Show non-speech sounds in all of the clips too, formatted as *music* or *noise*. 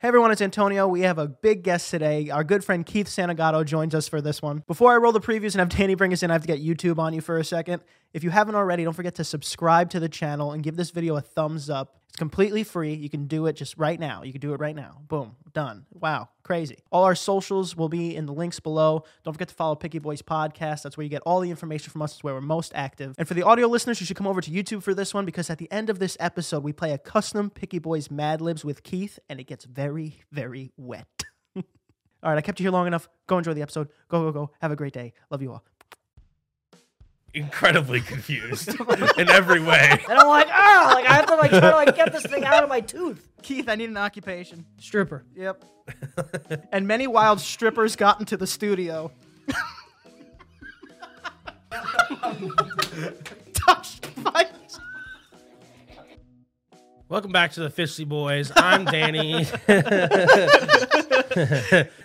Hey everyone, it's Antonio. We have a big guest today. Our good friend Keith Santagato joins us for this one. Before I roll the previews and have *laughs* Danny bring us in, I have to get YouTube on you for a second. If you haven't already, don't forget to subscribe to the channel and give this video a thumbs up. It's completely free. You can do it just right now. You can do it right now. Boom, done. Wow, crazy. All our socials will be in the links below. Don't forget to follow Picky Boys Podcast. That's where you get all the information from us. It's where we're most active. And for the audio listeners, you should come over to YouTube for this one because at the end of this episode, we play a custom Picky Boys Mad Libs with Keith, and it gets very, very wet. *laughs* all right, I kept you here long enough. Go enjoy the episode. Go, go, go. Have a great day. Love you all. incredibly confused in every way. And I'm like, ah, like I have to like try to like get this thing out of my tooth. Keith, I need an occupation. Stripper. *laughs* Yep. and many wild strippers got into the studio. Touched by. Welcome back to the Fishy Boys. I'm Danny.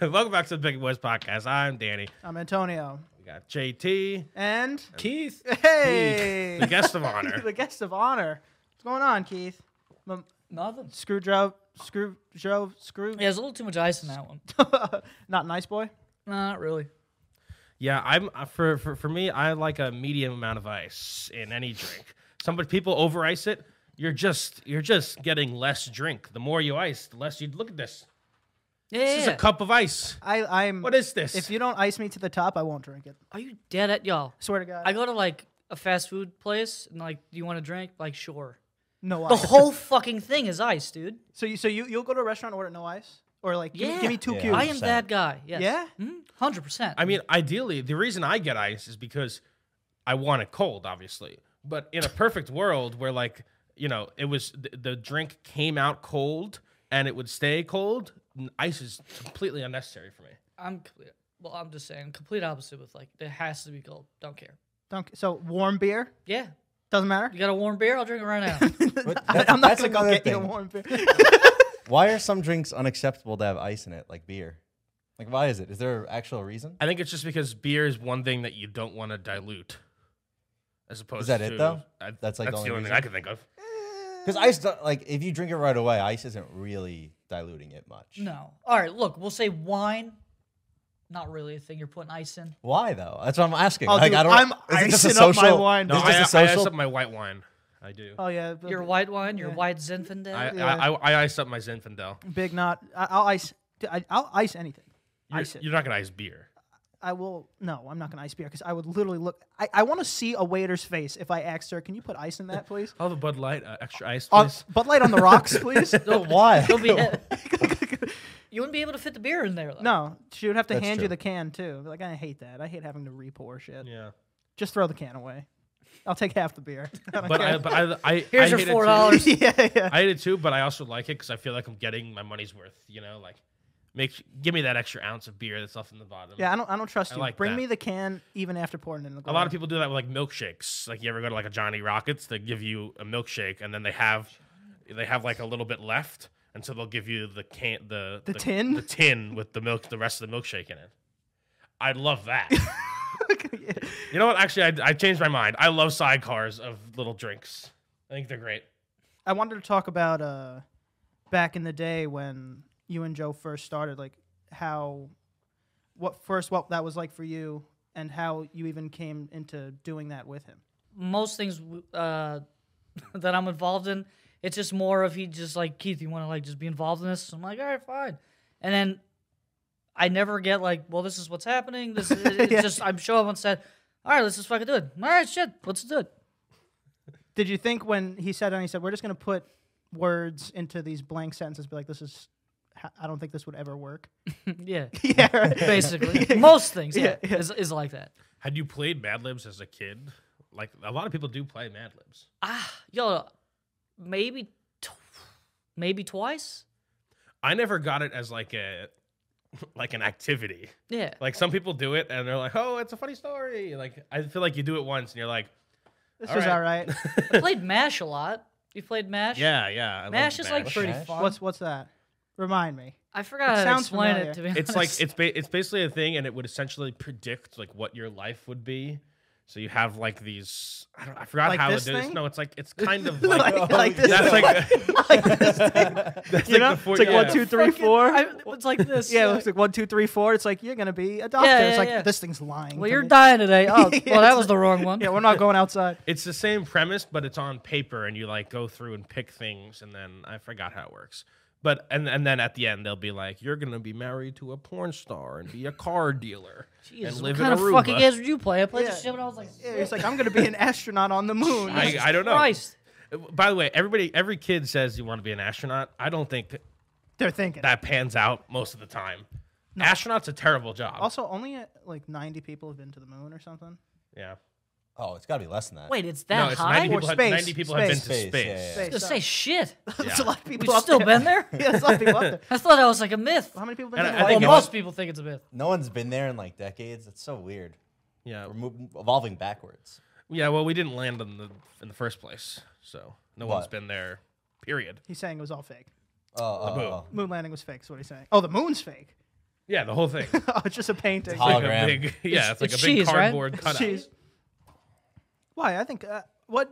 Welcome back to the Big Boys podcast. I'm Danny. I'm Antonio. We got JT, And Keith, hey, the guest of the *laughs* honor. guest of honor. What's going on, Keith? M- Nothing. Screwdrove, screw, drove, screw. Yeah, there's a little too much ice in that one. *laughs* Not nice boy. Nah, not really. Yeah, I'm uh, for, for for me. I like a medium amount of ice in any drink. Some people over ice it. You're just you're just getting less drink. The more you ice, the less you look at this. Yeah. This is a cup of ice. I, I'm. What is this? If you don't ice me to the top, I won't drink it. Are you dead at y'all? Swear to God. I go to like a fast food place and like, do you want a drink? Like, sure. no The ice. whole fucking thing is ice, dude. so you, so you, you'll go to a restaurant and order no ice, or like, give, me- Yeah. give me two Yeah. cubes. I am that guy. Yes. Mm-hmm. Yeah? Hundred percent. I Mm. mean, ideally, the reason I get ice is because I want it cold, obviously. But in a perfect world where, like, you know, it was the, the drink came out cold and it would stay cold, n- ice is completely unnecessary for me. I'm complete. Well, I'm just saying, complete opposite with like, it has to be cold. Don't care. Don't, so warm beer Yeah. doesn't matter. You got a warm beer? I'll drink it right now. But *laughs* I, that- I'm not that's gonna go another get you a thing. *laughs* warm beer. Why are some drinks unacceptable to have ice in it, like beer? Like, why is it? Is there an actual reason? Uh, I think it's just because beer is one thing that you don't want to dilute. As opposed that to it, though? I- That's, like, the that's only the only thing reason? I can think of. Because ice, do- like, if you drink it right away, ice isn't really diluting it much. no. All right. Look, we'll say wine. Not really a thing you're putting ice in. Why though? That's what I'm asking. Oh, like, dude, I don't. I'm is it just icing a up my social, wine. No, Is it I, just a I, social? ice up my white wine. I do. oh yeah, b- Your b- white wine, your white Zinfandel. I, *laughs* yeah. I, I, I ice up my Zinfandel. big knot. I, I'll ice. dude, I, I'll ice anything. You're, Ice it. you're not gonna ice beer. I will. No, I'm not gonna ice beer because I would literally look. I, I want to see a waiter's face if I asked her, "Can you put ice in that, *laughs* please?" I'll have a Bud Light, uh, extra ice, Uh, please. Bud Light on the rocks, please. *laughs* *laughs* why? You'll be- you wouldn't be able to fit the beer in there *laughs* though. no, she would have to That's hand you true. the can too. Like I hate that. I hate having to re-pour shit. yeah. Just throw the can away. I'll take half the beer. *laughs* I don't But I, care. but I, I *laughs* Here's I your hate it too. four *laughs* dollars. *laughs* yeah, yeah. *laughs* I hate it too, but I also like it because I feel like I'm getting my money's worth. You know, like make give me that extra ounce of beer that's left in the bottom. Yeah, I don't. I don't trust I you. like Bring that. me the can even after pouring it in the A glass. lot of people do that with like milkshakes. Like you ever go to like a Johnny Rockets, they give you a milkshake and then they have they have like a little bit left, and so they'll give you the can the The tin? the tin with the milk the rest of the milkshake in it. I love *laughs* that. *laughs* people. you know what? Actually, I, I changed my mind. I love sidecars of little drinks. I think they're great. I wanted to talk about uh, back in the day when you and Joe first started, like how, what first what that was like for you, and how you even came into doing that with him. most things w- uh, *laughs* that I'm involved in, it's just more of he just like Keith, you want to like just be involved in this. So I'm like, all right, fine. And then I never get like, well, this is what's happening. *laughs* This is it's Yeah. just I'm show up and said, all right, let's just fucking do it. All right, shit, let's do it. *laughs* Did you think when he said and he said we're just gonna put words into these blank sentences, be like this is, h- I don't think this would ever work. *laughs* yeah, yeah, *laughs* right. *laughs* basically, *laughs* most things, yeah, Yeah, yeah. Is, is like that. Had you played Mad Libs as a kid? Like a lot of people do play Mad Libs. Ah, yo, maybe, tw- maybe twice. I never got it as like a *laughs* like an activity. Yeah, Like some people do it and they're like, "Oh, it's a funny story." Like I feel like you do it once and you're like, this All is right. all *laughs* right. I played Mash a lot. You played Mash? "Yeah, yeah." I love Mash is like MASH. pretty Mash? fun. what's what's that? Remind me. I forgot It how to sounds explain familiar. it to be *laughs* it's *laughs* honest. like it's ba- it's basically a thing and it would essentially predict like what your life would be. So you have like these. I, don't, I forgot Like how this it is. thing? No, it's like it's *laughs* kind of like, like, like this. *laughs* that's thing. like Like this thing. *laughs* that's You know, like the four, it's like yeah. one, two, three, four. I, it's *laughs* like this. Yeah, it looks like one, two, three, four. It's like you're gonna be a doctor. yeah, it's like yeah. this thing's lying. well, to you're me. *laughs* dying today. Oh, Yeah, well, it's that was the wrong one. Yeah, we're not going outside. It's the same premise, but it's on paper, and you like go through and pick things, and then I forgot how it works. But and and then at the end they'll be like, "You're gonna be married to a porn star and be a *laughs* car dealer and Jesus, what live kind in of Aruba." fucking games did you play? I played Yeah. this shit when I was like, Yeah, it's like I'm gonna be an astronaut on the moon. I, I don't know. Christ. By the way, everybody, every kid says you want to be an astronaut. I don't think They're thinking. that pans out most of the time. Astronaut's a terrible job. Also, only uh, like 90 people have been to the moon or something. *laughs* yeah. Oh, it's got to be less than that. Wait, it's No, that it's 90 high? people, Or have, space, 90 people have been space. to Space, space. yeah, yeah. Space, Just uh, say shit. *laughs* There's a lot of people. We've up still there. been there. *laughs* Yeah, there's a lot of people up there. I thought that was like a myth. How many people And have I- been I to Well, think the it moon? most people think it's a myth. No one's been there in like decades. It's so weird. Yeah. We're mov- evolving backwards. Yeah, well, we didn't land in the in the first place, so no one's What? been there. Period. He's saying it was all fake. Oh, oh, Boo. oh. Moon landing was fake. Is what he's saying. Oh, the moon's fake. *laughs* Yeah, the whole thing. oh, it's just a painting. hol- Like a Hologram. big, *laughs* yeah, it's, like it's a big cheese, right? cardboard cutout. Jeez. Why? I think uh, what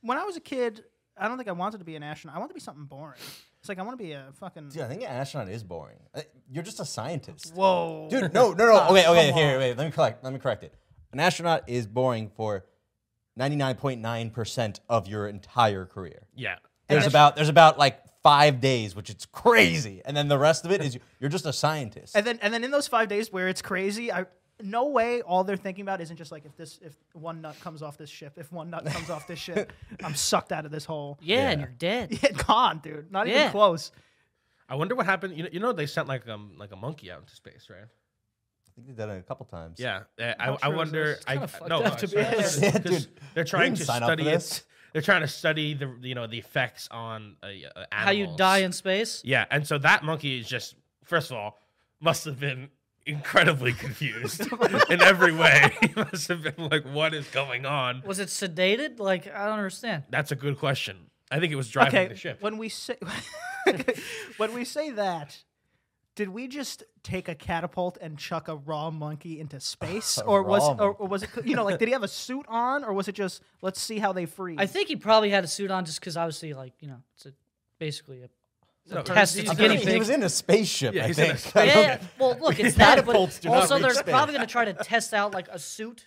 when I was a kid, I don't think I wanted to be an astronaut. I wanted to be something boring. It's like I want to be a fucking. Dude, I think an astronaut is boring. I- You're just a scientist. Whoa. Dude, no, no, no. Okay, okay. come Here, wait. Let me correct. Let me correct it. An astronaut is boring for 99.9% of your entire career. Yeah, There's about there's about like five days, which it's crazy, and then the rest of it is you- you're just a scientist. And then and then in those five days where it's crazy, I no way all they're thinking about isn't just like if this if one nut comes off this ship, if one nut comes off this ship, I'm sucked out of this hole. *laughs* Yeah, and you're dead. Yeah, gone, dude. Not even Yeah. close. I wonder what happened. You know, you know they sent like um like a monkey out into space, right? I think they've done it a couple times. Yeah, uh, I, I true is wonder. this? I kinda fucked no, up, no, to it's be not- honest. Yeah, 'cause dude, they're trying to sign up for study it. this. They're trying to study the you know the effects on uh, uh, animals. How you die in space? Yeah, and so that monkey is just first of all must have been incredibly *laughs* confused in every way. *laughs* He must have been like, "What is going on?" Was it sedated? Like I don't understand. That's a good question. I think it was driving Okay. the ship. When we say *laughs* when we say that, did we just take a catapult and chuck a raw monkey into space, or was raw or, or was it you know like did he have a suit on, or was it just let's see how they freeze? I think he probably had a suit on just because obviously, like you know, it's a, basically a No, test it's he's- a He- guinea He pig. was in a spaceship, Yeah, I he's in a think. space- yeah, yeah, well, look, *laughs* it's that. But Catapults do not also, reach they're space. probably going to try to test out like a suit,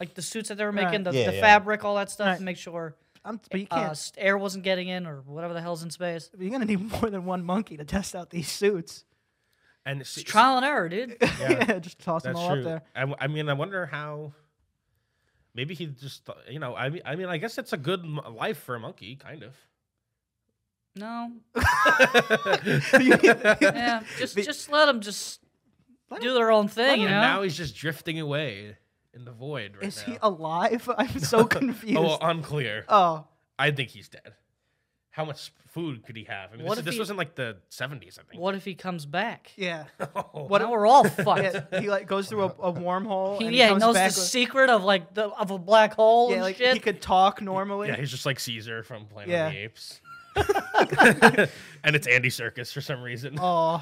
like the suits that they were making, the, Yeah, the yeah. fabric, all that stuff, to make sure I'm, but you can't. uh, st- air wasn't getting in or whatever the hell's in space. you're gonna need more than one monkey to test out these suits. and it's, Trial and error, *laughs* dude. Yeah, just toss them that's all true. up there. I, w- I mean, I wonder how. Maybe he just, th- you know, I mean, I mean, I guess it's a good m- life for a monkey, kind *laughs* of. No, yeah, yeah, just just let them just do their own thing, you And now know. he's just drifting away in the void right Is *laughs* now. he alive? I'm so confused. oh, well, unclear. oh, I think he's dead. How much food could he have? I mean, What this, if this he- wasn't like the '70s, I think. What if he comes back? yeah. What now we're all *laughs* fucked. yeah. He like goes through a, a wormhole. He, and yeah, he he comes knows the back with- secret of like the of a black hole Yeah, and like shit. he could talk normally. Yeah, he's just like Caesar from Planet Yeah. of *laughs* the Apes. *laughs* and it's Andy Circus for some reason. Oh,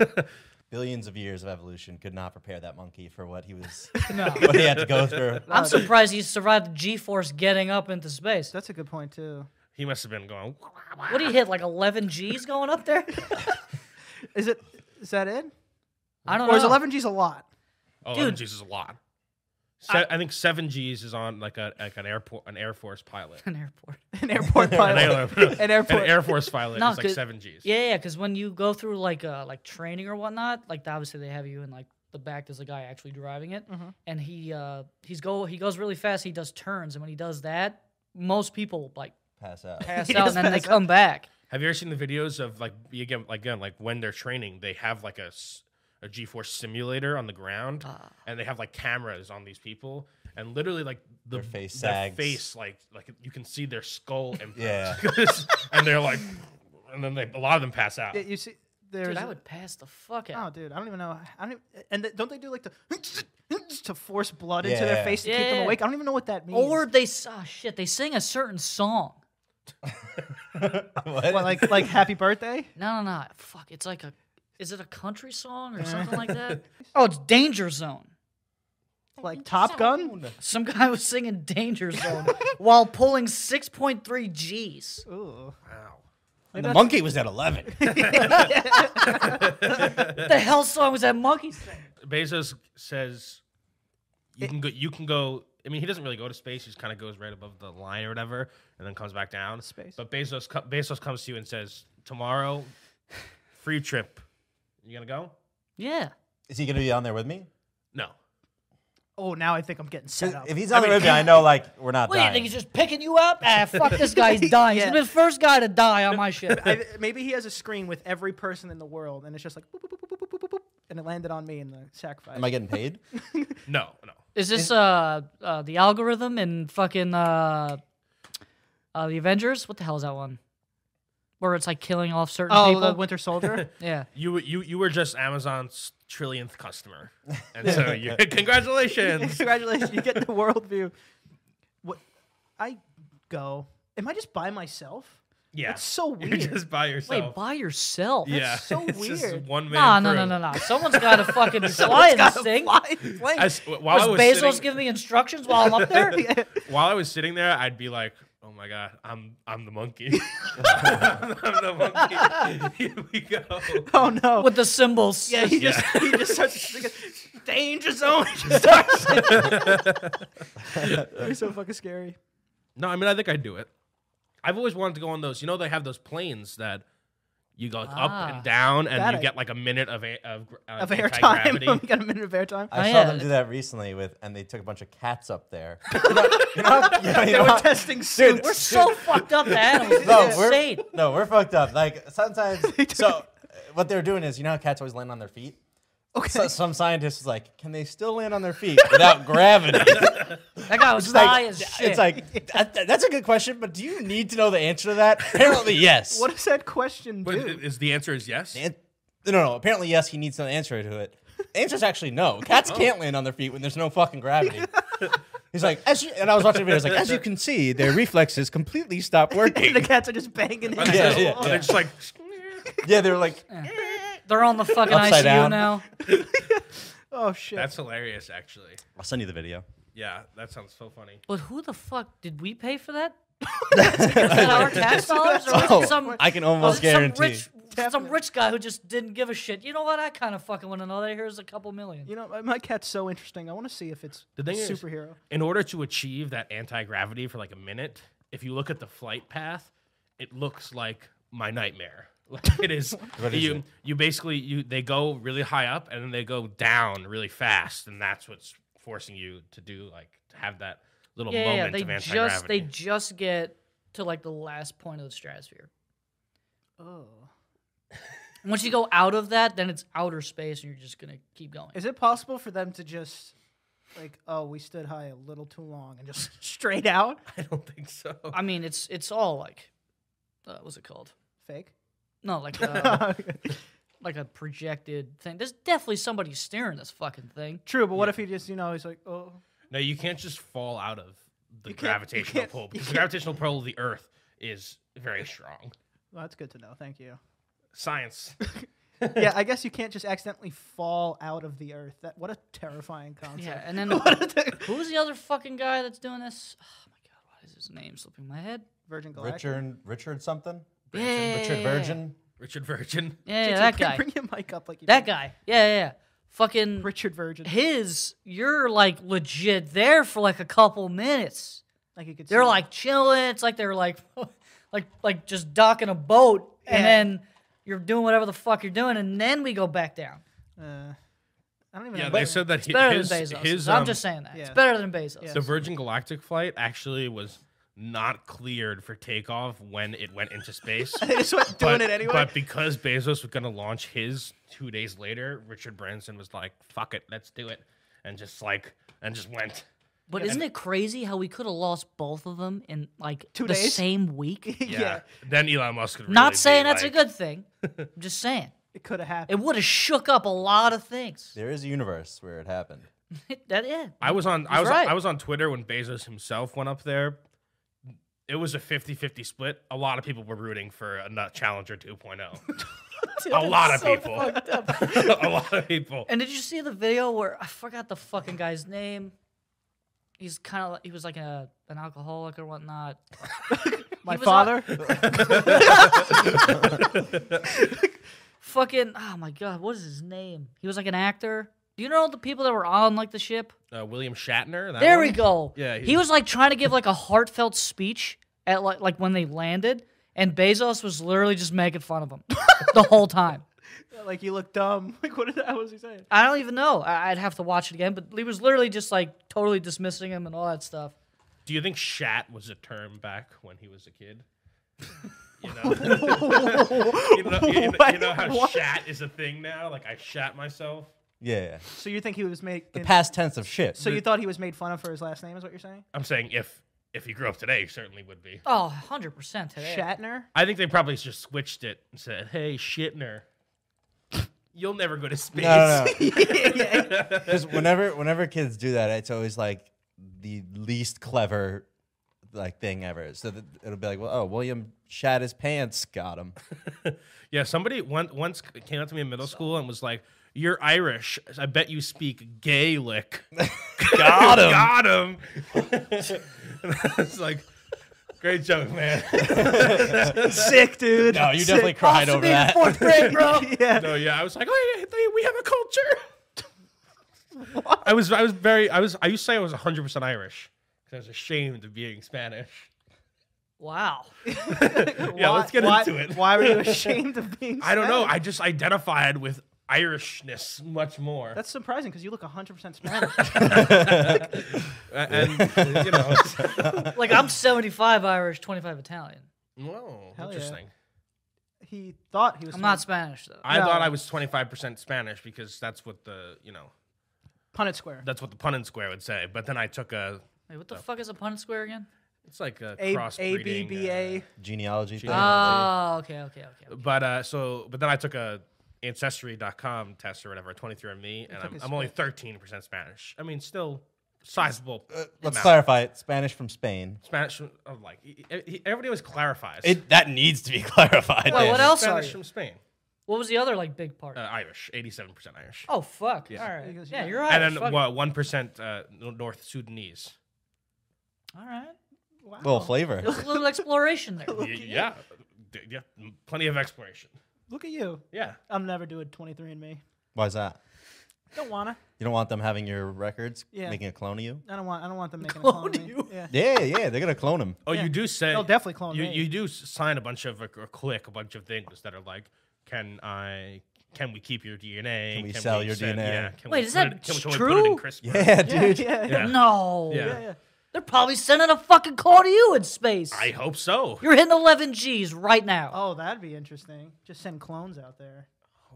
Billions of years of evolution could not prepare that monkey for what he was, No. *laughs* what he had to go through. uh, I'm surprised he survived the G-force getting up into space. that's a good point too. He must have been going. What do you hit? Like 11 G's going *laughs* up there? Is it? Is that it? I don't Or know. is 11 G's a lot? *laughs* Oh, Dude. Dude. is a lot. Se- I, think seven G's is on like a like an airport an Air Force pilot. an airport? An airport An, pilot. air- *laughs* an airport- Air Force pilot No, is like 'cause- seven G's. *laughs* Yeah, yeah. Because when you go through like uh like training or whatnot, like obviously they have you in like the back. There's a guy actually driving it, Mm-hmm. and he uh he's go he goes really fast. He does turns, and when he does that, most people like *laughs* Pass out. *laughs* pass He out, does and then they pass out. come back. Have you ever seen the videos of like you again like again like when they're training they have like a s- a G-force simulator on the ground and they have like cameras on these people and literally like the Their face their sags. face like like you can see their skull and Yeah. *laughs* and they're like and then they a lot of them pass out. Yeah, you see, there's. Dude, I would pass the fuck Oh, out. dude, I don't even know. I don't. Even, and th- don't they do like the *laughs* to force blood into Yeah. their face to keep Yeah. them awake? I don't even know what that means. or they s- ah shit, they sing a certain song. What, like like Happy Birthday. No, no, no. Fuck, *laughs* it's like a. Is it a country song or something like that? Oh, it's Danger Zone. *laughs* Like Top Gun? Some guy was singing Danger *laughs* Zone while pulling 6.3 G's. Ooh. Wow. And the monkey was at 11. What the hell song was that monkey singing? Bezos says you can go. You can go. I mean, he doesn't really go to space. He just kind of goes right above the line or whatever, and then comes back down. Space. But Bezos, co- Bezos comes to you and says, "Tomorrow, free trip. You gonna go? Yeah. *laughs* Is he going to be on there with me? No. Oh, now I think I'm getting set up. If he's on there with me, I know, like, we're not What do you dying. think? He's just picking you up? *laughs* Ah, fuck this guy. He's dying. Yeah. He's the first guy to die on my *laughs* ship. I, maybe he has a screen with every person in the world, and it's just like boop, boop, boop, boop, boop, boop, boop, boop, and it landed on me in the sacrifice. Am I *laughs* getting paid? No. No. Is this uh, uh the algorithm in fucking uh, uh the Avengers? What the hell is that one? Where it's like killing off certain oh, people. the Winter Soldier. yeah. You were- you you were just Amazon's trillionth *laughs* customer, and so you *laughs* *laughs* congratulations. Congratulations, you get the world view. What? I go. Am I just by myself? Yeah. That's so You're weird. *laughs* just by Wait, yourself. by yourself? yeah. so it's Just weird. one Nah, man. no, no, crew. no, no. Someone's got *laughs* to fucking fly in this thing. Was Why? Why? *laughs* As- while I was Bezos sitting- giving me instructions while I'm up *laughs* there? while I was sitting there, I'd be like, "Oh my god, I'm I'm the monkey. *laughs* I'm the monkey. Here we go." oh no. With the symbols. yeah, he just Yeah. he just starts thinking, danger zone. *laughs* He just starts You're so fucking scary. No, I mean, I think I'd do it. I've always wanted to go on those. You know, they have those planes that you go Ah. up and down, and That you I- get like a minute of a, of, gr- uh, Of airtime. *laughs* anti-gravity. we got a minute of airtime. I Oh, saw yeah. them do that recently with, and they took a bunch of cats *laughs* up there. You know- you know- you know- you They know were how- testing suits. We're so fucked up to animals. It's no, insane. we're, no, we're fucked up. *laughs* Like sometimes, so uh, what they're doing is, you know, how cats always land on their feet. okay. So, some scientist was like, "Can they still land on *laughs* their feet without gravity?" That guy was It's high like, as shit. it's like that- that- that's a good question, but do you need to know the answer *laughs* to that? Apparently, yes. what does that question But do? is the answer is yes? An- no, no, no. Apparently, yes. He needs an answer to it. The answer's actually no. Cats Oh. can't land on their feet when there's no *laughs* fucking gravity. He's like, as you, and I was watching a video. I was like, as you can see, their reflexes completely *laughs* *laughs* stop the working. cats are just banging it. Are they Yeah, just- yeah, are yeah. they just like *laughs* yeah, they *laughs* were like, They're on the fucking ICU Upside down. now. Oh shit. that's hilarious, actually. I'll send you the video. Yeah, that sounds so funny. But who the fuck did we pay for *laughs* that? was that our tax dollars, or was *laughs* Oh, it some? I can was almost it guarantee. Some rich, some Definitely. rich guy who just didn't give a shit. You know what? I kind of fucking want to know that. Here's a couple million. you know, my, my cat's so interesting. I want to see if it's The thing is- superhero. in order to achieve that anti-gravity for like a minute if you look at the flight path it looks like my nightmare *laughs* like it is *laughs* is you it? you basically you they go really high up and then they go down really fast and that's what's forcing you to do like to have that little Yeah, yeah, yeah. moment They of anti-gravity just they just get to like the last point of the stratosphere. oh. Once you go out of that, then it's outer space, and you're just gonna keep going. Is it possible for them to just like, oh, we stood high a little too long and just *laughs* straight out? *laughs* i don't think so I mean, it's it's all like, uh, what's it called? Fake. *laughs* No, like *laughs* a, like a projected thing. There's definitely somebody steering this fucking thing. True, but what if he just, you know, he's like, oh, no you can't just fall out of the You can't- you gravitational can't- pull you because the can't- gravitational pull of the earth is *laughs* very strong well, that's good to know. Thank *laughs* you. science yeah, I guess you can't just accidentally fall out of the earth. That what a terrifying concept. Yeah, *laughs* and then who's the other fucking guy that's doing this? Oh my god, why is his name slipping my head? Virgin Galactic. Richard, Richard something. Yeah, Richard Virgin. richard *laughs* virgin Yeah, yeah, Dude, that bring, guy. Bring your mic up like you That did. guy. Yeah, yeah, yeah. Fucking Richard *laughs* Virgin. his. You're like legit there for like a couple minutes. Like you could. see They're him. like chilling. It's like they're like, *laughs* like like just docking a boat, Yeah. and then you're doing whatever the fuck you're doing, and then we go back down. Uh, I don't even yeah know. they said that It's better his, than Bezos. his I'm um, just saying that. It's yeah. better than Bezos. Yeah. The Virgin Galactic flight actually was not cleared for takeoff when it went into space. *laughs* they just went *laughs* doing but, it anyway. *laughs* But because Bezos was going to launch his two days later, Richard Branson was like, fuck it, let's do it. And just like, and just went. But isn't it crazy how we could have lost both of them in like Two the days? *laughs* same week? Yeah. Then Elon Musk could really Not saying be that's like, a good thing. I'm just saying it could have it happened. would have shook up a lot of things. There is a universe where it happened. *laughs* that yeah. I was on I was right. I was on Twitter when Bezos himself went up there. It was a 50-50 split. A lot of people were rooting for a nut Challenger 2.0. Dude, *laughs* A it's lot of so *laughs* people. fucked up. oh. *laughs* a lot of people. And did you see the video where I forgot the fucking guy's name? He's kind of he was like a an alcoholic *laughs* or whatnot. My He was father. *laughs* Fucking oh my god, what is his name? He was like an actor. Do you know the people that were on like the ship? Uh, William Shatner. that There one? we go. Yeah, he he's- was like trying to give like a heartfelt speech at like like when they landed, and Bezos was literally just making fun of him *laughs* the whole time. like you look dumb. *laughs* Like what, the hell was he saying? I don't even know. I- I'd have to watch it again, but he was literally just like totally dismissing him and all that stuff. Do you think "shat" was a term back when he was a kid? You know, you know, you know, you know how What? "shat" is a thing now. Like I shat myself. Yeah, yeah. So you think he was made? The past tense of shit. so you thought he was made fun of for his last name? Is what you're saying? I'm saying if if he grew up today, he certainly would be. Oh, 100% today. Shatner. I think they probably just switched it and said, "Hey, Shitner, you'll never go to space." *laughs* no, no, Because whenever whenever kids do that, it's always like the least clever like thing ever. So that it'll be like, well, oh, William shat his pants, got him. Yeah, somebody one, once came up to me in middle school and was like, "You're Irish. I bet you speak Gaelic." Got him. Got him. *laughs* and I was like, "Great joke, man." *laughs* *laughs* Sick, dude. No, you definitely cried over that. Fourth *laughs* grade, bro. yeah. no, yeah, I was like, "Oh, yeah, they- we have a culture." I was, I was very, I was, I used to say I was 100 percent Irish because I was ashamed of being Spanish. Wow. Yeah, let's get why, into it. Why were *laughs* you ashamed of being? I don't know. Spanish? I just identified with Irishness much more. That's surprising because you look 100% Spanish. *laughs* A- and you know, it's- *laughs* Like, I'm 75 Irish, 25 Italian. whoa, Hell yeah. interesting. he thought he was. I'm not Spanish, though. I No. thought I was 25% Spanish because that's what the, you know, Punnett Square. that's what the pun and square would say. But then I took a, Wait, what the fuck is a Punnett Square again? it's like a A cross A B B A. uh, Genealogy thing. Oh, okay, okay, okay. But uh, so, but then I took a ancestry.com test or whatever, 23andMe, and I'm, his I'm only 13% Spanish. I mean, still sizable Uh, amount. Let's clarify it. Spanish from Spain. Spanish, of like, he- he- everybody always clarifies. It that needs to be *laughs* clarified. Wait, what Dan. else are Spanish you? from Spain. What was the other, like, big part? Uh, Irish, 87% Irish. oh, fuck. yeah. All right. Because Yeah, you- you're Irish. and then fuck it. what, 1% uh, North Sudanese. All right. Wow. Little flavor. There's a little exploration *laughs* there. Y- yeah. D- Yeah. Plenty of exploration. Look at you. Yeah. I'm never doing 23andMe. Why's that? Don't wanna. You don't want them having your records, Yeah. making a clone of you. I don't want. I don't want them making Clone a clone of me. you. Yeah. Yeah, yeah, they're gonna clone him. Oh, you do say They'll definitely clone you. me. You do s- sign a bunch of like, or click a bunch of things that are like, can I? Can we keep your DNA? Can we sell your DNA? Yeah. Can Wait, we is put that it- can we totally put it in true? CRISPR? Yeah, Yeah, *laughs* dude. yeah, yeah. Yeah. No. Yeah. yeah. They're probably sending a fucking call to you in space. I hope so. You're hitting 11 G's right now. Oh, that'd be interesting. Just send clones out there.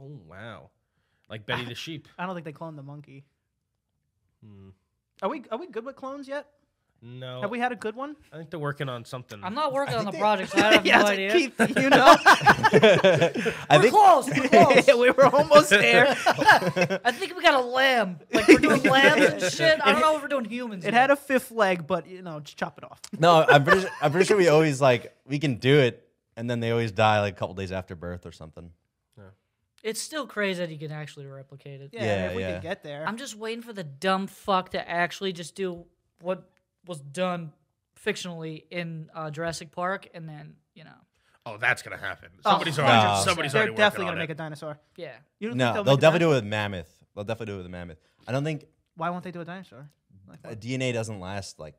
Oh wow, like Betty the sheep. I don't think they cloned the monkey. Hmm. Are we are we good with clones yet? No, Have we had a good *laughs* one? I think they're working on something. I'm not working on the *laughs* project, so I have I no was like, idea. Keith, *laughs* you know, I we're think *laughs* close. We're close. we were almost there. I think we got a lamb. Like *laughs* we're doing lambs and shit. I don't know if we're doing humans. It yet. had a fifth leg, but you know, just chop it off. *laughs* no, I'm pretty. Sure, I'm pretty sure we always like we can do it, and then they always die like a couple days after birth or something. It's still crazy that you can actually replicate it. Yeah, I mean, Yeah, if we yeah. could get there. I'm just waiting for the dumb fuck to actually just do what was done fictionally in uh, Jurassic Park, and then you know, Oh, that's gonna happen. Somebody's already. 100%. Somebody's They're already definitely working gonna on make it. a dinosaur. yeah. *laughs* You don't No, think they'll, they'll, make a definitely do dinosaur? it with mammoth. They'll definitely do it with a mammoth. I don't think Why won't they do a dinosaur? Like, uh, DNA doesn't last like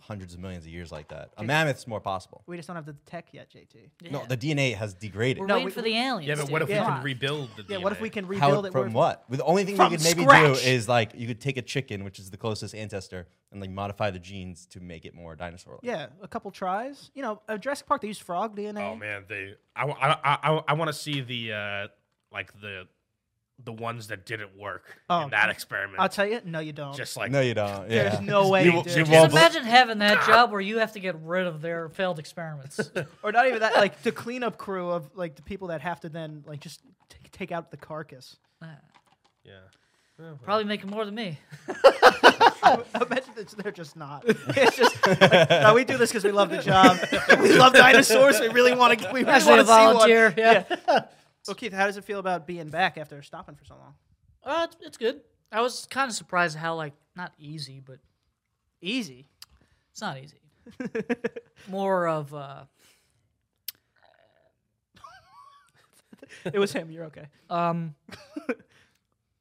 hundreds of millions of years like that. A mammoth's more possible. we just don't have the tech yet, JT. No, the DNA has degraded. We're No, waiting we- for the aliens. Yeah, but dude. what if we Yeah. can rebuild the Yeah, DNA? what if we can How- rebuild it? from with- what? The only thing From we could maybe scratch. do is like you could take a chicken, which is the closest ancestor, and like modify the genes to make it more dinosaur. Yeah, a couple tries. You know, at Jurassic Park they used frog DNA. Oh man, they. I wa- I I, want to see the uh like the the ones that didn't work Oh, in that experiment. I'll tell you, no, you don't. just like No, you don't. Yeah. There's no way, *laughs* You, dude. you Just won't Just bel- imagine having that job where you have to get rid of their *laughs* failed experiments. or not even that. *laughs* Like the cleanup crew of like the people that have to then like just t- take out the *laughs* carcass. yeah. Probably making more than me. Oh. *laughs* Imagine that they're just not. It's just like, no, we do this because we *laughs* love the job. we love dinosaurs. We really want to. We really *laughs* Actually, want a to see one. volunteer. Yeah. sucks. Well, Keith, how does it feel about being back after stopping for so long? Uh, it's, it's good. I was kind of surprised how like not easy, but Easy. it's not *laughs* easy. More of uh, It was him. You're okay. *laughs* um,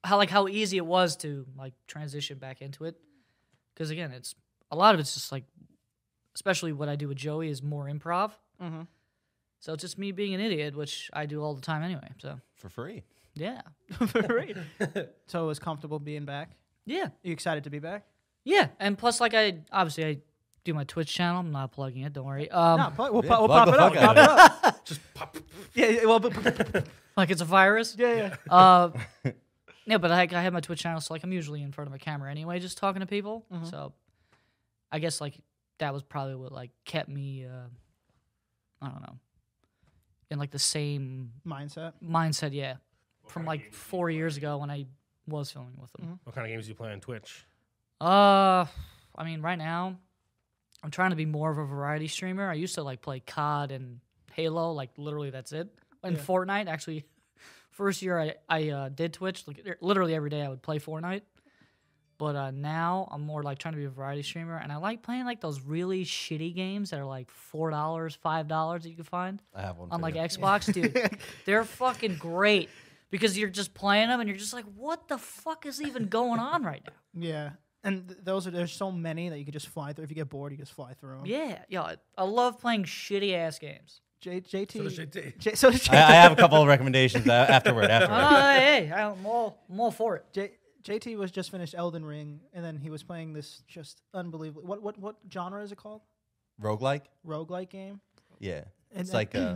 how like how easy it was to like transition back into it. Because again, it's a lot of it's just like, especially what I do with Joey is more improv. Mhm. So it's just me being an idiot, which I do all the time anyway. So for free. yeah, *laughs* Great. so it was comfortable being back. yeah, You excited to be back? yeah. And plus, like I obviously I do my Twitch channel. I'm not plugging it. Don't worry. Um, no, pl- we'll, yeah, pop- we'll plug pop the it up. fuck Pop out it of up. Just pop. yeah, yeah, well, but, *laughs* like it's a virus. yeah, yeah. *laughs* Uh, yeah, but like I have my Twitch channel, so like I'm usually in front of a camera anyway, just talking to people. Mm-hmm. So I guess like that was probably what like kept me, uh, I don't know, in like the same Mindset. mindset. Yeah, from like four years ago when I was filming with Mm-hmm. them. What kind of games do you play on Twitch? Uh, I mean, right now I'm trying to be more of a variety streamer. I used to like play COD and Halo, like literally that's it. And Fortnite, actually, *laughs* first year I I uh, did Twitch, like er, literally every day I would play Fortnite. But uh, now I'm more like trying to be a variety streamer, and I like playing like those really shitty games that are like four dollars, five dollars that you can find I have one. on for like you. Xbox, dude. They're fucking great because you're just playing them, and you're just like, what the fuck is even going on right now? Yeah. And th- those are there's so many that you could just fly through. If you get bored, you just fly through 'em. Yeah, yo, I- I love playing shitty ass games. J- JT. So does JT. J- so does JT. I, I have a couple of recommendations a- afterward. Afterward. Oh, hey, I'm all, I'm all for it. J- JT was just finished Elden Ring, and then he was playing this just unbelievable. What what what genre is it called? Roguelike? Roguelike game. Yeah. Uh-huh. And it's then- *clears throat* like uh,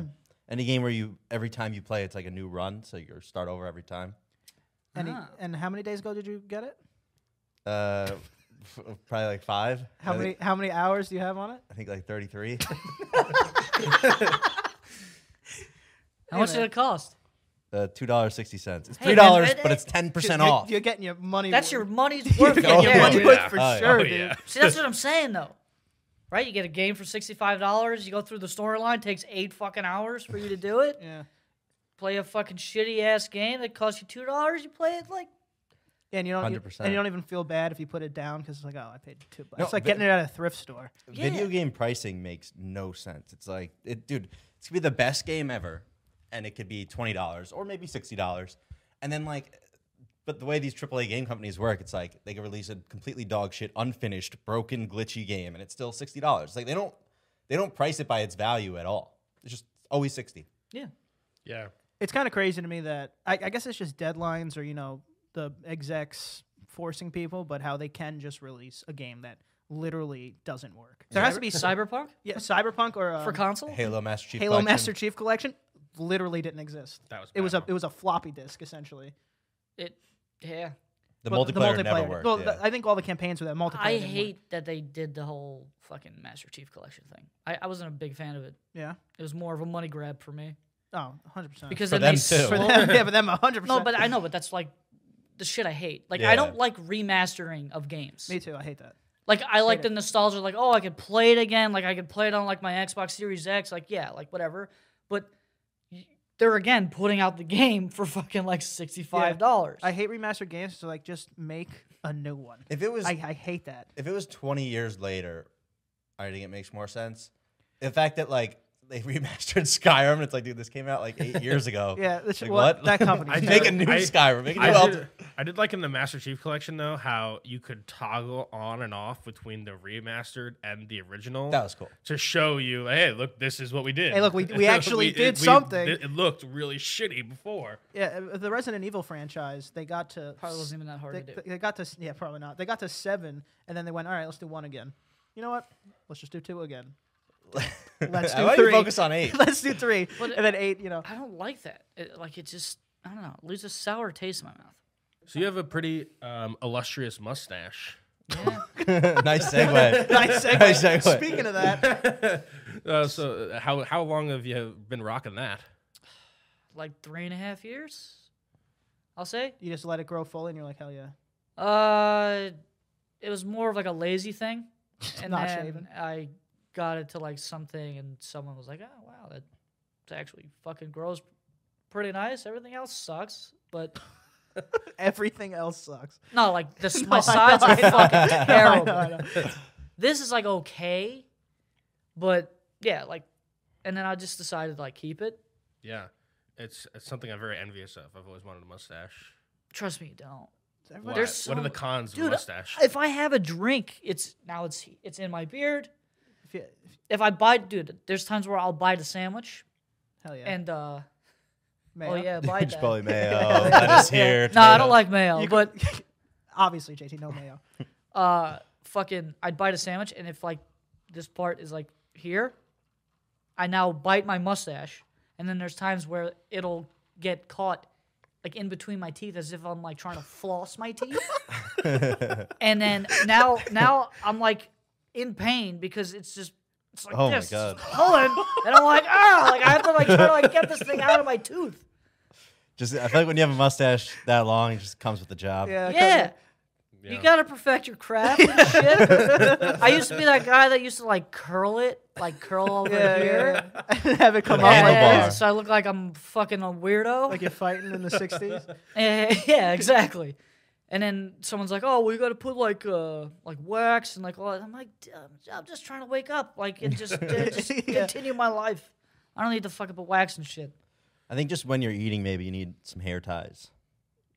any game where you every time you play it's like a new run, so you start over every time. And he- Ah. and how many days ago did you get it? Uh f- probably like 5. How I many Think, how many hours do you have on it? I think like 33. How much did it cost? uh, $2.60. It's Hey, man, $3, it- but it- it's 10% Dude, you're- off. You're, getting your money. That's your worth. money's *laughs* You're worth. right getting there. your money yeah. worth for Oh, *laughs* yeah. sure, Oh, dude. yeah. See, that's what I'm saying though. Right, you get a game for sixty-five dollars. You go through the storyline, takes eight fucking hours for you to do it. Yeah. Play a fucking shitty ass game that costs you two dollars. You play it like And you don't you- 100%. and you don't even feel bad if you put it down because it's like oh I paid two bucks. No, it's like but- getting it at a thrift store. Video Yeah. game pricing makes no sense. It's like it dude, it's going to be the best game ever and it could be $20 or maybe $60. And then like but the way these AAA game companies work, it's like they can release a completely dog shit, unfinished, broken, glitchy game, and it's still sixty dollars. Like they don't they don't price it by its value at all. It's just always sixty. yeah, Yeah. It's kind of crazy to me that I, I guess it's just deadlines or you know the execs forcing people, but how they can just release a game that literally doesn't work. There has to be cyber Cyberpunk yeah Cyberpunk or um, *laughs* for console. Halo Master Chief. Halo Collection. Master Chief Collection literally didn't exist. That was it was a bad. it was a floppy disk essentially. It, yeah. The Well, multiplayer, never worked. Well, yeah. th- I think all the campaigns were that multiplayer. I didn't work. hate that they did the whole fucking Master Chief collection thing. I, I wasn't a big fan of it. Yeah. It was more of a money grab for me Oh, 100 percent. *laughs* because For then they them too. For slowed- yeah, but them 100. *laughs* No, but I know, but that's like the shit I hate. Like I Yeah. don't like remastering of games. me too. I hate that. Like I like the nostalgia, like oh I could play it again, like I could play it on like my Xbox Series X, like yeah, like whatever. But y- they're again putting out the game for fucking like sixty five dollars. I hate remastered games. So like, just make a new one. if it was I, I hate that. if it was twenty years later, I think it makes more sense. The fact that like they *laughs* remastered Skyrim, and it's like, dude, this came out like *laughs* eight years ago. Yeah, that's like, what- what? *laughs* that company- I make a new I- Skyrim. Make a new. I Elder- *laughs* did, I did like in the Master Chief collection though how you could toggle on and off between the remastered and the original. That was cool. To show you, hey, look, this is what *laughs* we did. Hey, look, we- we actually did we- something. It, looked really shitty before. Yeah, uh, the Resident Evil franchise. They got to Probably wasn't even that hard they, to do. they got to s- yeah, probably not. They got to seven, and then they went, all right, let's do one again. You know what? Let's just do two *laughs* again. *laughs* Let's Why do don't you three. focus on eight? *laughs* *laughs* let's do three, But- and then eight. You know, I don't like that. It, like it just I don't know, it leaves a sour taste in my mouth. So you have a pretty um, illustrious mustache. Yeah. *laughs* nice *laughs* *laughs* segue. nice segue. Nice segue. Speaking of that, *laughs* Uh, so uh, how how long have you been rocking that? like three and a half years, I'll say. you just let it grow fully, and you're like, hell yeah. *laughs* Uh, it was more of like a lazy thing, and not then shaving. I got it to like something, and someone was like, "Oh wow, that that actually fucking grows pretty nice. Everything else sucks, but Everything else *laughs* sucks. *laughs* *laughs* no, like this. I my know, sides I are *laughs* know. fucking I terrible. know, I know. This is like okay, but yeah, like, and then I just decided like keep it. Yeah, it's, it's something I'm very envious of. I've always wanted a mustache. Trust me, don't. What? *laughs* Everybody- There's so what are the mu- cons of a Dude, mustache? If I have a drink, it's now it's it's in my beard. if you- if- If I bite, dude, there's times where I'll bite a sandwich Hell yeah. and uh Mayo. *laughs* oh yeah, bite that. Chipotle mayo, lettuce Oh, here. No, I don't tomato. like mayo, You but could- *laughs* obviously, JT, no mayo. uh fucking I'd bite a sandwich and if like this part is like here, I now bite my mustache and then there's times where it'll get caught like in between my teeth as if I'm like trying to floss my teeth. *laughs* and then now now I'm like in pain because it's just it's like Oh my this god! pulling *laughs* and I'm like ah like I have to like try to like get this thing out of my tooth. Just I feel like when you have a mustache that long, it just comes with the job. Yeah. Yeah. You gotta perfect your *laughs* craft and shit. I used to be that guy that used to like curl it, like curl over Yeah, here. yeah, yeah. *laughs* Have it come Like off Yeah, like yeah, handlebar. this. So I look like I'm fucking a weirdo. Like you're fighting in the 60s. Eh, *laughs* yeah, exactly. And then someone's like, "Oh, well, you got to put like uh like wax and like all." That. I'm like, "D- "I'm just trying to wake up, like and *laughs* just, and just Yeah. continue my life. I don't need to fucking put wax and shit." I think just when you're eating, maybe you need some hair ties.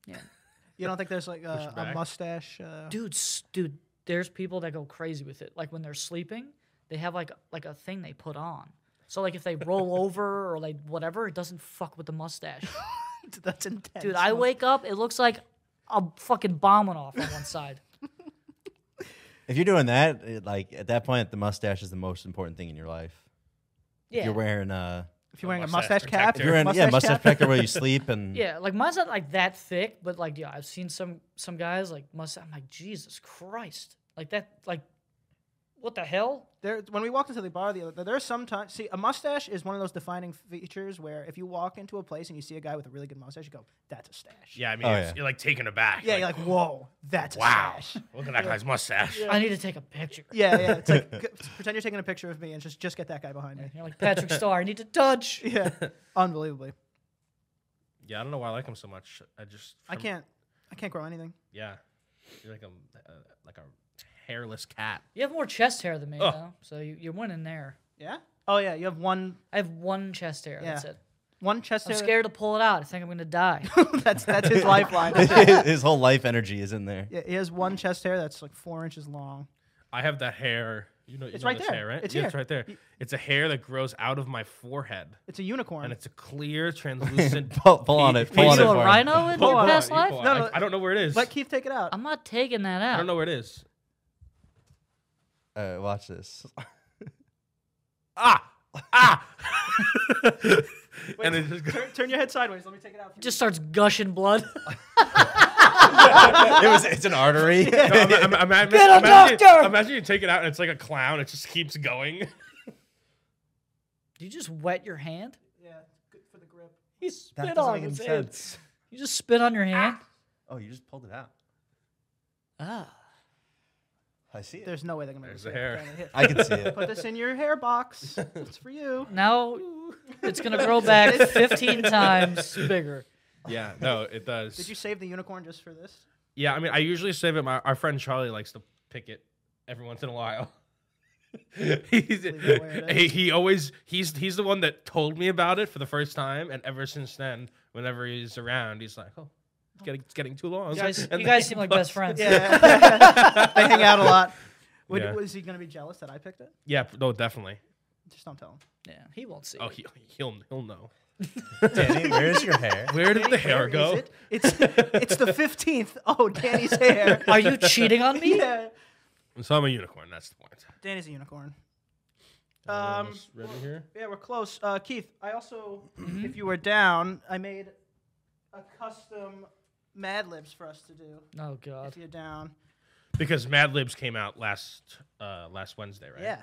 You don't think there's like a, a back. mustache? Uh, Dude, s- dude, there's people that go crazy with it. Like when they're sleeping, they have like like a thing they put on. So like if they roll over or like whatever, it doesn't fuck with the mustache. *laughs* that's intense. Dude, I wake up, it looks like I'm fucking bombing off on one side. If you're doing that, it, like at that point, the mustache is the most important thing in your life. If Yeah. you're wearing uh, If you're wearing a Mustache mustache cap, if you're wearing yeah mustache cap. protector *laughs* where you sleep and Yeah, like mine's not like that thick, but like yeah, I've seen some some guys like must. I'm like Jesus Christ, like that, like what the hell? there, when we walked into the bar the other, there are some times. See, a mustache is one of those defining features where if you walk into a place and you see a guy with a really good mustache, you go, "That's a stash." yeah, I mean, Oh, it's- yeah. you're like taken aback. yeah, you're like, "Whoa, that's wow, a stash." look at that guy's mustache. I need to take a picture. Yeah, yeah. It's *laughs* like g- pretend you're taking a picture of me and just just get that guy behind me. You're like Patrick Star. I need *laughs* to touch. Yeah, unbelievably. Yeah, I don't know why I like him so much. I just I from- can't, I can't grow anything. Yeah, you're like a uh, like a hairless cat. You have more chest hair than me Oh. though, so you, you're winning there. Yeah. Oh yeah, you have one I have one chest hair. That's Yeah. it. one chest I'm hair. scared to pull it out. I think I'm gonna die. *laughs* that's that's *laughs* his lifeline. his whole life energy is in there. Yeah, he has one chest hair that's like four inches long. I have that hair. You know, you It's know right this there. hair, right? It's yeah, it's here. right there. It's a hair that grows out of my forehead, It's a unicorn. and it's a clear, translucent. Pull, pull on it. Pull Are on it. you a for him. rhino in Pull your on it, past you life? pull on No, it. I- no. I, don't know where it is. Let Keith take it out. I'm not taking that out. I don't know where it is. Uh, watch *laughs* this. Ah, ah. and it just goes, Turn, turn your head sideways. Let me take it out. for you. Just starts gushing *laughs* blood. it was. It's an *laughs* artery. No, I'm, I'm, I'm, I'm, Get a imagine, doctor! imagine you take it out and it's like a clown. It just keeps going. *laughs* Did you just wet your hand? yeah, good for the grip. He spit on his hand. You just spit on your hand. Oh, you just pulled it out. Ah. I see it. There's no way they're gonna make There's this the hair. Hit. I can see *laughs* it. Put this in your hair *laughs* box. It's for you. *laughs* Now it's gonna grow back *laughs* 15 times bigger. Yeah, no, it does. Did you save the unicorn just for *laughs* this? Yeah, I mean, I usually save it. My our friend Charlie likes to pick it every once in a while. *laughs* he's, it where it he, he always he's he's the one that told me about it for the first time, and ever since then, whenever he's around, he's like, "Oh, it's getting it's getting too long." You guys, And you then guys seem like best friends. Yeah. they hang out a lot. Would, Yeah. Was he gonna be jealous that I picked it? yeah, no, definitely. Just don't tell him. Yeah, he won't see. Oh, it. he, he'll *laughs* he'll know. Danny, where's your *laughs* hair? Where did the Where hair is go? it? It's it's the fifteenth. Oh, Danny's *laughs* hair. Are you cheating on *laughs* me? yeah. So I'm a unicorn. That's the point. Danny's a unicorn. Uh, Um, it's ready here. Yeah, we're close. Uh, Keith, I also, if you were down, I made a custom Mad Libs for us to do. Oh If God. you're down, because Mad Libs came out last uh, last Wednesday, right? yeah.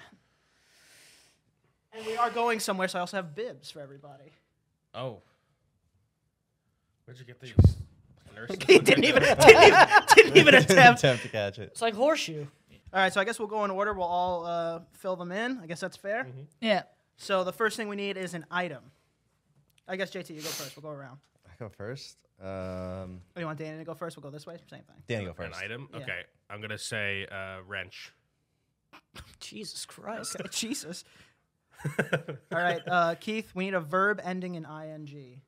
And we are going somewhere, so I also have bibs for everybody. Oh, where'd you get these? Nurse *laughs* He didn't even, didn't even, didn't even attempt. Attempt to catch it. It's like horseshoe. *laughs* All right, so I guess we'll go in order. We'll all uh, fill them in. I guess that's fair. Yeah. So the first thing we need is an item. I guess JT, you go first. We'll go around. I go first. Um, Oh, you want Danny to go first? We'll go this way. Same thing. Danny, go An first. item. Yeah. Okay, I'm gonna say uh, wrench. Jesus Christ. Okay, *laughs* *laughs* Jesus. All right, uh, Keith, we need a verb ending in ing.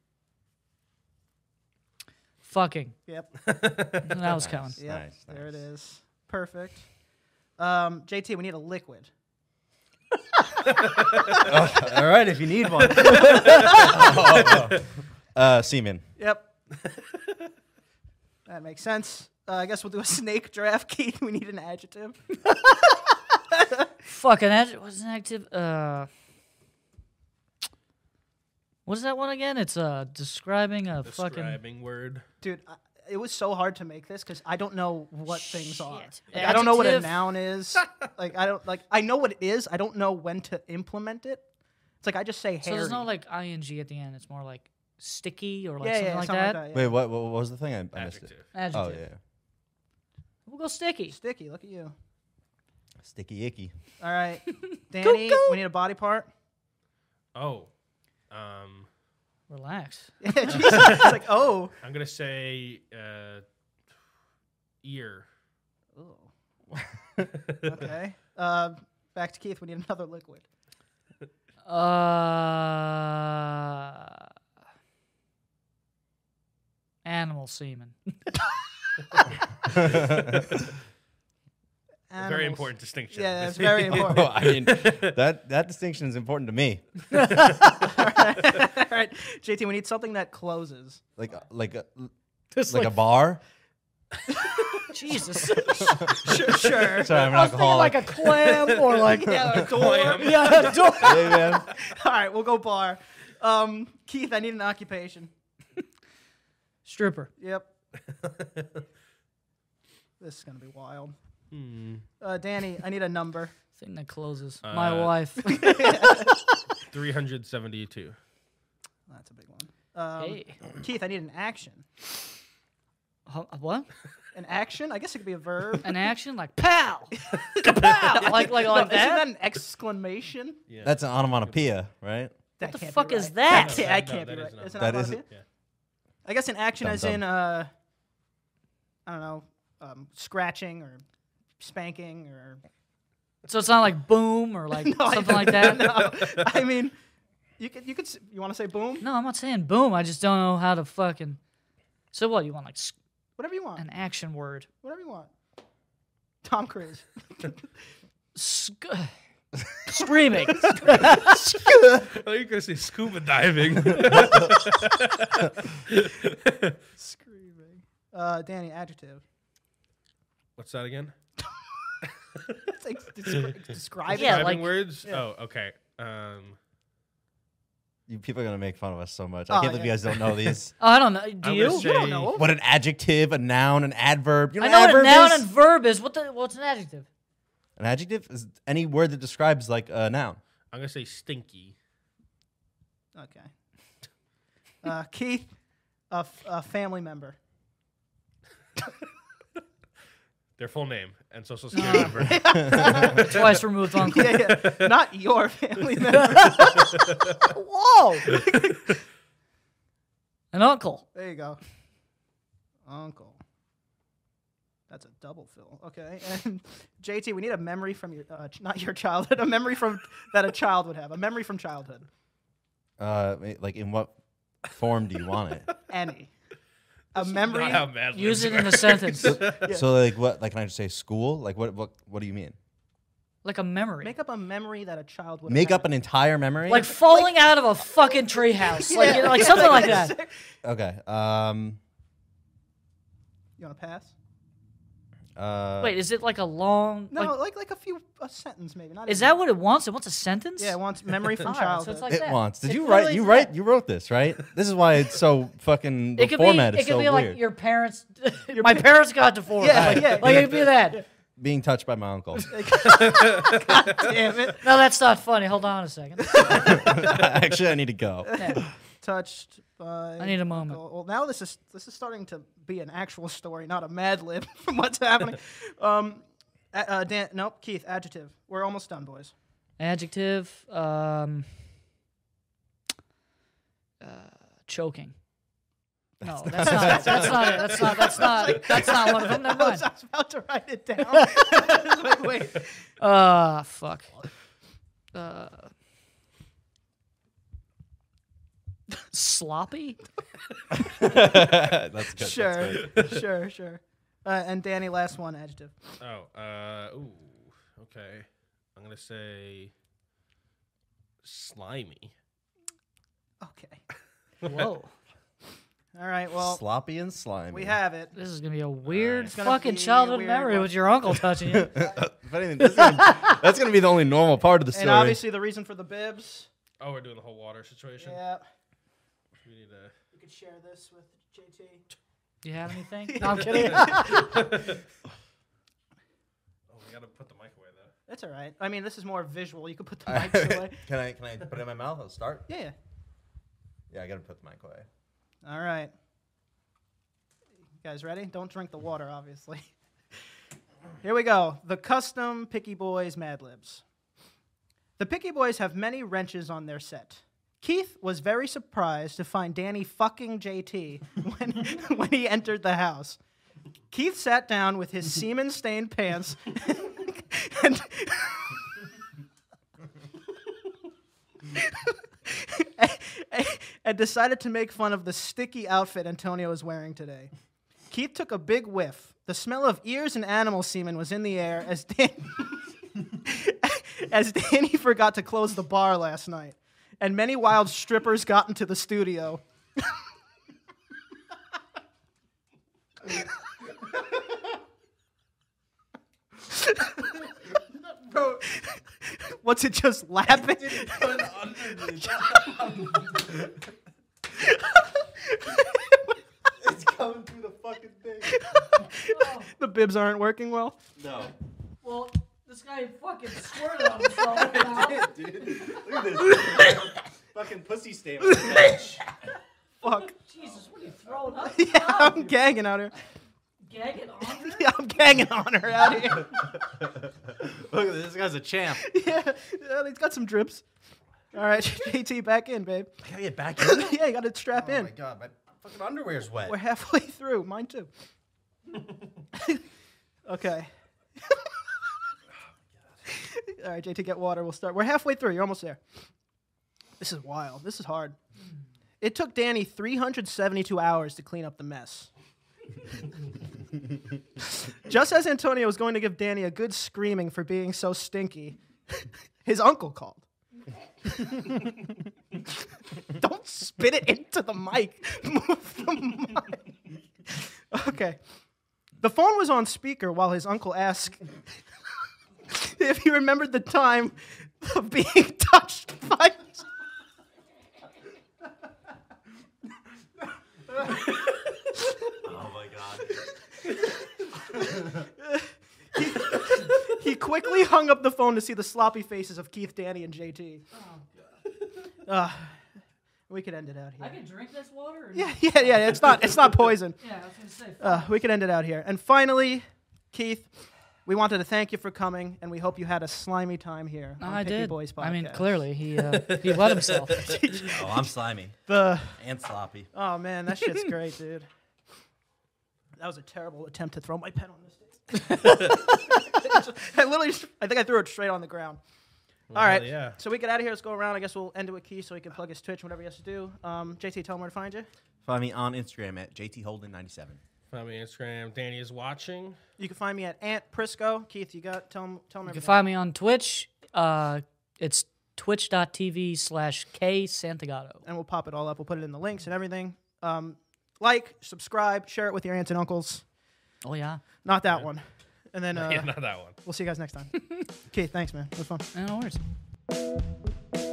Fucking. *laughs* Yep. That was *laughs* coming. Yep. Nice, There it nice. is. Perfect. Um, JT, we need a liquid. *laughs* All right, if you need one. *laughs* uh, semen. Yep. *laughs* that makes sense. Uh, I guess we'll do a *laughs* snake draft, Keith. We need an adjective. Fucking. That was an active. Uh. What is that one again? It's uh describing a fucking. Describing word. Dude, I, it was so hard to make this because I don't know what things are. Shit. Like, I don't know what a Adjective. noun *laughs* is. like I don't like I know what it is. I don't know when to implement it. It's like I just say So hairy. there's no like ing at the end. It's more like sticky or like yeah, something, yeah, like, something like that. that. yeah. Wait, what, what was the thing? I, I missed it. Adjective. Oh, Adjective. yeah. We'll go sticky. Sticky, look at you. Sticky icky. All *laughs* right, Danny, we need a body part. *laughs* Oh, um, Relax. it's like oh, I'm gonna say uh, ear. okay. Um back to Keith. We need another liquid. *laughs* Uh. Animal semen. *laughs* A Very Animals. important distinction. Yeah, *laughs* that's very important. *laughs* Well, I *laughs* mean, that, that distinction is important to me. *laughs* All right, *laughs* JT, we need something that closes. Like, a- like, a, Just like a bar. Jesus. Sure, *laughs* sure. *laughs* Sorry, I'm an I was thinking alcoholic. like a clam or like yeah, a door. Clam. yeah, *laughs* a door. *laughs* Hey, man. All right, we'll go bar. Um, Keith, I need an occupation. stripper. *laughs* Yep. this is gonna be wild. Hmm. Uh, Danny, I need a number. Thing that closes. My Uh, *laughs* wife. 372. That's a big one. Um, hey. Keith, I need an action. Huh, What? An action? I guess it could be a verb. An action like pow, kapow, *laughs* like like like Isn't that that. an exclamation? Yeah. That's an onomatopoeia, right? That What the can't be fuck is right. that? Yeah, I No, can't that be is right. not- Isn't That that is- is I guess an action Dum as dum. in uh, I don't know, um, scratching or spanking or So it's not like boom or like I *laughs* *laughs* something like that. No. no. I mean, you could you could s- you want to say boom, I'm not saying boom. I just don't know how to fucking. So what you want like s- whatever you want, an action word? whatever you want. Tom *laughs* Cruise. Sc- *sighs* screaming. Oh, you're gonna say scuba diving. Screaming. Uh, Danny, adjective. *laughs* *laughs* What's that again? It's like descri- describing. Yeah, Diving like- words. Oh, okay. Um, You people are gonna make fun of us so much. Oh, I can't believe yeah. you guys *laughs* don't know these. Oh, I don't know. Do I'm you? gonna say You don't know. what an adjective, a noun, an adverb. You know, I know an what a adverb noun is? and verb is. What the? What's an adjective? an adjective is any word that describes like a noun. I'm gonna say stinky. Okay. *laughs* Uh, Keith, a, f- a family member. *laughs* Their full name and social security number. Twice removed uncle. *laughs* Yeah, yeah. Not your family *laughs* member. Whoa. An uncle. There you go. Uncle. That's a double fill. Okay. And *laughs* JT, we need a memory from your, uh, ch- not your childhood, a memory from that a child would have, a memory from childhood. Uh, i- like in what form do you *laughs* want it? Any. A memory. Not how mad libs Use it are. in a sentence, *laughs* So like what? Like can I just say school? Like what? What? What do you mean? like a memory. Make up a memory that a child would Make have. up an entire memory? like falling out of a fucking treehouse, like you know, *laughs* like something like *laughs* that. okay. Um. You want to pass? Uh, Wait, is it like a long? No, like, like, like a few a sentence maybe. Not is even- that what it wants? It wants a sentence. Yeah, it *laughs* wants memory from All right, childhood. so it's like It that. wants. Did It you write? really You is write? that. You wrote this, right? This is why it's so fucking. The It could format be. It is could so be like weird. your parents. *laughs* my parents got divorced. Yeah, like, yeah. like it could be that. Being touched by my *laughs* uncle. *laughs* Damn it. No, that's not funny. Hold on a second. Actually, I need to go. *laughs* touched by. I need a moment. Oh, well, now this is this is starting to be an actual story, not a Mad Lib *laughs* from what's *laughs* happening. um, a- uh, Dan, nope, Keith, adjective. We're almost done, boys. Adjective. Um, choking. No, *laughs* that's not. That's not it. That's not. That's not. That's not one of them. Never I *laughs* was mind. I was about to write it down. *laughs* I was like, wait. Ah, fuck. Uh, *laughs* sloppy? that's good. Sure, *laughs* sure, sure. Uh, and Danny, last one adjective. Oh, uh, ooh, okay. I'm gonna say slimy. Okay. Whoa. *laughs* All right. Well, Sloppy and slimy. we have it. This is gonna be a Uh, weird It's gonna fucking be a childhood weird memory one. with your uncle touching *laughs* you. If anything, that's gonna, that's gonna be the only normal part of the And story. *laughs* obviously the reason for the bibs. Oh, we're doing the whole water situation. Yeah. We need to. You could share this with JT. Do you have anything? No, I'm kidding. Oh, we gotta put the mic away though. That's all right. I mean, this is more visual. You could put *laughs* the can mics away. I can I put it in my mouth? I'll start. Yeah. yeah. Yeah, I gotta put the mic away. All right. You guys ready? Don't drink the water, obviously. *laughs* Here we go. The custom Picky Boys Mad Libs. The Picky Boys have many wrenches on their set. Keith was very surprised to find Danny fucking JT *laughs* when, when he entered the house. Keith sat down with his semen stained pants *laughs* and, *laughs* and decided to make fun of the sticky outfit Antonio is wearing today. Keith took a big whiff. The smell of ears and animal semen was in the air as Dan- *laughs* as Danny forgot to close the bar last night, and many wild strippers got into the studio. *laughs* What's it just laughing? It's coming through the fucking thing. The bibs aren't working well. No. well, this guy fucking squirted on *laughs* himself. Dude, look at this. fucking pussy stain on the bench. Fuck. Jesus, what are you throwing up? Yeah, *laughs* I'm gagging on her. Gagging on her? Yeah, *laughs* I'm gagging on her out here. Look at this, this guy's a champ. *laughs* Yeah, yeah, he's got some drips. All right, *laughs* JT, back in, babe. *laughs* Gotta get back in. yeah, you got to strap Oh in. my god, my fucking underwear's wet. We're halfway through. Mine too. okay. *laughs* All right, JT, get water. We'll start. We're halfway through. You're almost there. This is wild. This is hard. It took Danny 372 hours to clean up the mess. Just as Antonio was going to give Danny a good screaming for being so stinky, *laughs* his uncle called. Don't spit it into the mic. *laughs* Move the mic. Okay. The phone was on speaker while his uncle asked *laughs* if he remembered the time of being *laughs* touched by. Oh my god. He quickly hung up the phone to see the sloppy faces of Keith, Danny, and JT. Oh, Ugh. we could end it out I here. can drink this water? or- Yeah, yeah, yeah. It's not. It's not poison. Yeah, I was gonna say. Uh, we could end it out here. And finally, Keith, we wanted to thank you for coming, and we hope you had a slimy time here. on I Picky did. Boys I mean, Podcast. clearly *laughs* he uh, he let himself. Oh, I'm slimy The and sloppy. oh man, that *laughs* shit's great, dude. That was a terrible attempt to throw my pen on this. *laughs* *laughs* thing. I literally, just- I think I threw it straight on the ground. All right, yeah. so we get out of here. Let's go around. I guess we'll end it with Keith, so he can plug his Twitch, and whatever he has to do. Um, JT, tell him where to find you. Find me on Instagram at jtholden97. Find me on Instagram. Danny is watching. You can find me at Ant Prisco. Keith, you got tell him tell him You can everything. find me on Twitch. Uh, it's twitch.tv slash K Santagato. and we'll pop it all up. We'll put it in the links and everything. Um, like, subscribe, share it with your aunts and uncles. Oh, yeah. Not that one. And *laughs* then uh, yeah, not that one. we'll see you guys next time. Keith, thanks, man. It was fun. No worries. All